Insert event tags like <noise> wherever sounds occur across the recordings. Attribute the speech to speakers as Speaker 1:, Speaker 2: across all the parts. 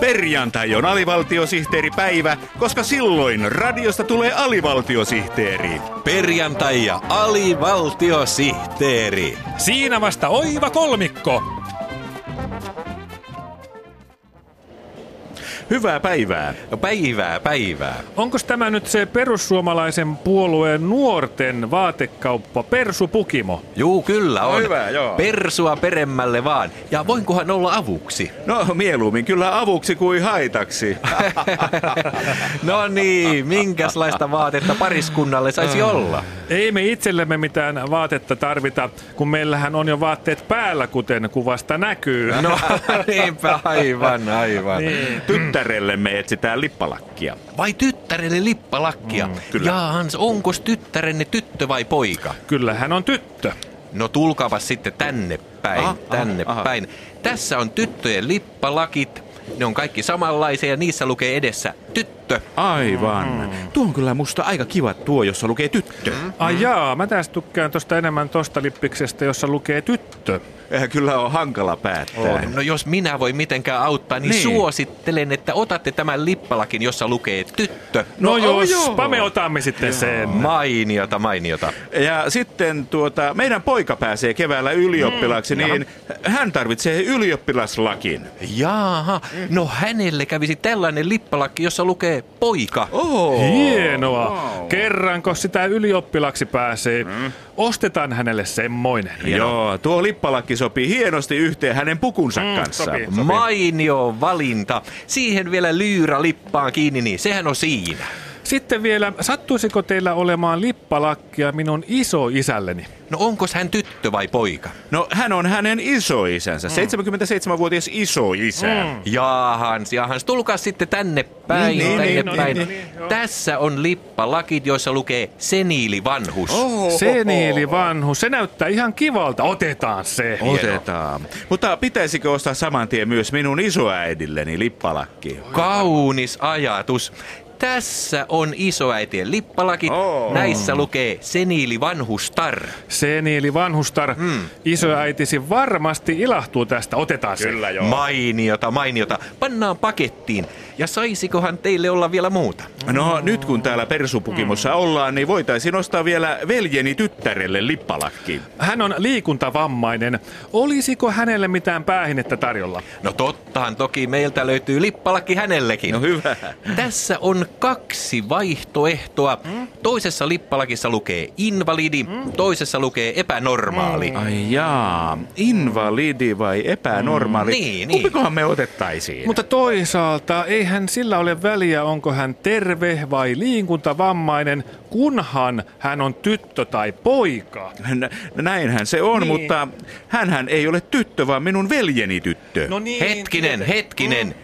Speaker 1: Perjantai on alivaltiosihteeripäivä, koska silloin radiosta tulee alivaltiosihteeri.
Speaker 2: Perjantai ja alivaltiosihteeri.
Speaker 3: Siinä vasta oiva kolmikko.
Speaker 1: Hyvää päivää.
Speaker 2: No, Päivää, päivää.
Speaker 3: Onko tämä nyt se perussuomalaisen puolueen nuorten vaatekauppa Persu Pukimo?
Speaker 2: Juu, kyllä on.
Speaker 1: No hyvä, joo.
Speaker 2: Persua peremmälle vaan. Ja voinkohan olla avuksi?
Speaker 1: No mieluummin kyllä avuksi kuin <laughs> haitaksi.
Speaker 2: No niin, minkäslaista vaatetta pariskunnalle
Speaker 1: Mm.
Speaker 2: saisi olla?
Speaker 3: Ei me itsellemme mitään vaatetta tarvita, kun meillähän on jo vaatteet päällä, kuten kuvasta näkyy. Niin,
Speaker 2: No <laughs> niinpä, aivan,
Speaker 1: Niin.
Speaker 2: aivan.
Speaker 1: Tyttärellemme etsitään lippalakkia.
Speaker 2: Vai tyttärelle lippalakkia? Mm,
Speaker 1: kyllä.
Speaker 2: Jaahans, onkos tyttärenne tyttö vai poika?
Speaker 3: Kyllä hän on tyttö.
Speaker 2: No tulkaapa sitten tänne päin,
Speaker 1: Aha,
Speaker 2: aha, tänne
Speaker 1: aha.
Speaker 2: aha. päin. Tässä on tyttöjen lippalakit. Ne on kaikki samanlaisia ja niissä lukee edessä tyttö.
Speaker 1: Aivan. Mm. Tuo on kyllä musta aika kiva tuo, jossa lukee tyttö. Mm.
Speaker 3: Ai jaa, mä taas tykkään tosta enemmän tosta lippiksestä, jossa lukee tyttö.
Speaker 1: Eh, Kyllä on hankala päättää.
Speaker 2: No jos minä voin mitenkään auttaa, niin,
Speaker 1: Niin.
Speaker 2: niin. suosittelen, että otatte tämän lippalakin, jossa lukee tyttö.
Speaker 3: No,
Speaker 1: No,
Speaker 3: no jospa
Speaker 1: joo.
Speaker 3: me otamme sitten joo. sen.
Speaker 2: Mainiota, mainiota.
Speaker 1: Ja sitten tuota, meidän poika pääsee keväällä ylioppilaksi, mm. niin hän tarvitsee ylioppilaslakin.
Speaker 2: Jaaha, no hänelle kävisi tällainen lippalakki, jossa lukee poika.
Speaker 1: Oh.
Speaker 3: Hienoa. Wow. Kerranko sitä ylioppilaksi pääsee, mm. ostetaan hänelle semmoinen.
Speaker 1: Joo, tuo lippalakki sopii hienosti yhteen hänen pukunsa mm, kanssa.
Speaker 3: sopii.
Speaker 2: Mainio valinta. Siihen vielä lyyrä lippaan kiinni, niin sehän on siinä.
Speaker 3: Sitten vielä, sattuisiko teillä olemaan lippalakkia minun isoisälleni?
Speaker 2: No onkos hän tyttö vai poika?
Speaker 1: No hän on hänen isoisänsä, mm. 77-vuotias isoisä. Mm.
Speaker 2: Mm-hmm. Jaahans, jaahans, tulkaa sitten tänne päin,
Speaker 1: Niin, niin,
Speaker 2: tänne
Speaker 1: niin,
Speaker 2: päin.
Speaker 3: niin, niin, joo.
Speaker 2: Tässä on lippalakit, joissa lukee seniili vanhus.
Speaker 1: Oh.
Speaker 3: Seniili vanhu, se näyttää ihan kivalta. Otetaan se.
Speaker 1: Otetaan. Mutta pitäisikö ostaa saman tien myös minun isoäidilleni lippalakki?
Speaker 2: Kaunis ajatus. Tässä on isoäitien lippalakit.
Speaker 1: Oo.
Speaker 2: Näissä lukee seniili vanhustar.
Speaker 3: Seniili vanhustar, mm. isoäitisi varmasti ilahtuu tästä. Otetaan se.
Speaker 1: joo.
Speaker 2: Mainiota, mainiota. Pannaan pakettiin. Ja saisikohan teille olla vielä muuta?
Speaker 1: No nyt kun täällä Persupukimossa ollaan, niin voitaisiin ostaa vielä veljeni tyttärelle lippalakki.
Speaker 3: Hän on liikuntavammainen. Olisiko hänelle mitään päähinettä tarjolla?
Speaker 2: No tottahan toki meiltä löytyy lippalakki hänellekin.
Speaker 1: No hyvä.
Speaker 2: Tässä on kaksi vaihtoehtoa.
Speaker 1: Mm.
Speaker 2: Toisessa lippalakissa lukee invalidi, toisessa lukee epänormaali.
Speaker 1: Ai jaa, invalidi vai epänormaali?
Speaker 2: Mm, niin, niin.
Speaker 1: Kumpikohan me otettaisiin?
Speaker 3: Mutta toisaalta eihän sillä ole väliä, onko hän terve vai liikuntavammainen, kunhan hän on tyttö tai poika.
Speaker 1: N- Näinhän se on,
Speaker 3: Niin.
Speaker 1: mutta hänhän ei ole tyttö, vaan minun veljeni tyttö.
Speaker 3: niin.
Speaker 2: Hetkinen, hetkinen.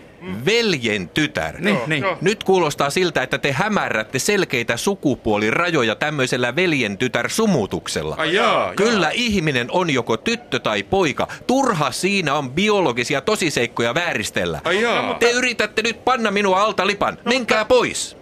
Speaker 2: Veljen tytär.
Speaker 1: Mm. Niin, niin.
Speaker 2: Nyt kuulostaa siltä, että te hämärrätte selkeitä sukupuolirajoja tämmöisellä veljen tytär sumutuksella.
Speaker 1: Ai jaa,
Speaker 2: Kyllä ihminen on joko tyttö tai poika. Turha siinä on biologisia tosiseikkoja vääristellä.
Speaker 1: Ai jaa. No,
Speaker 2: Te yritätte nyt panna minua alta lipan. Menkää pois.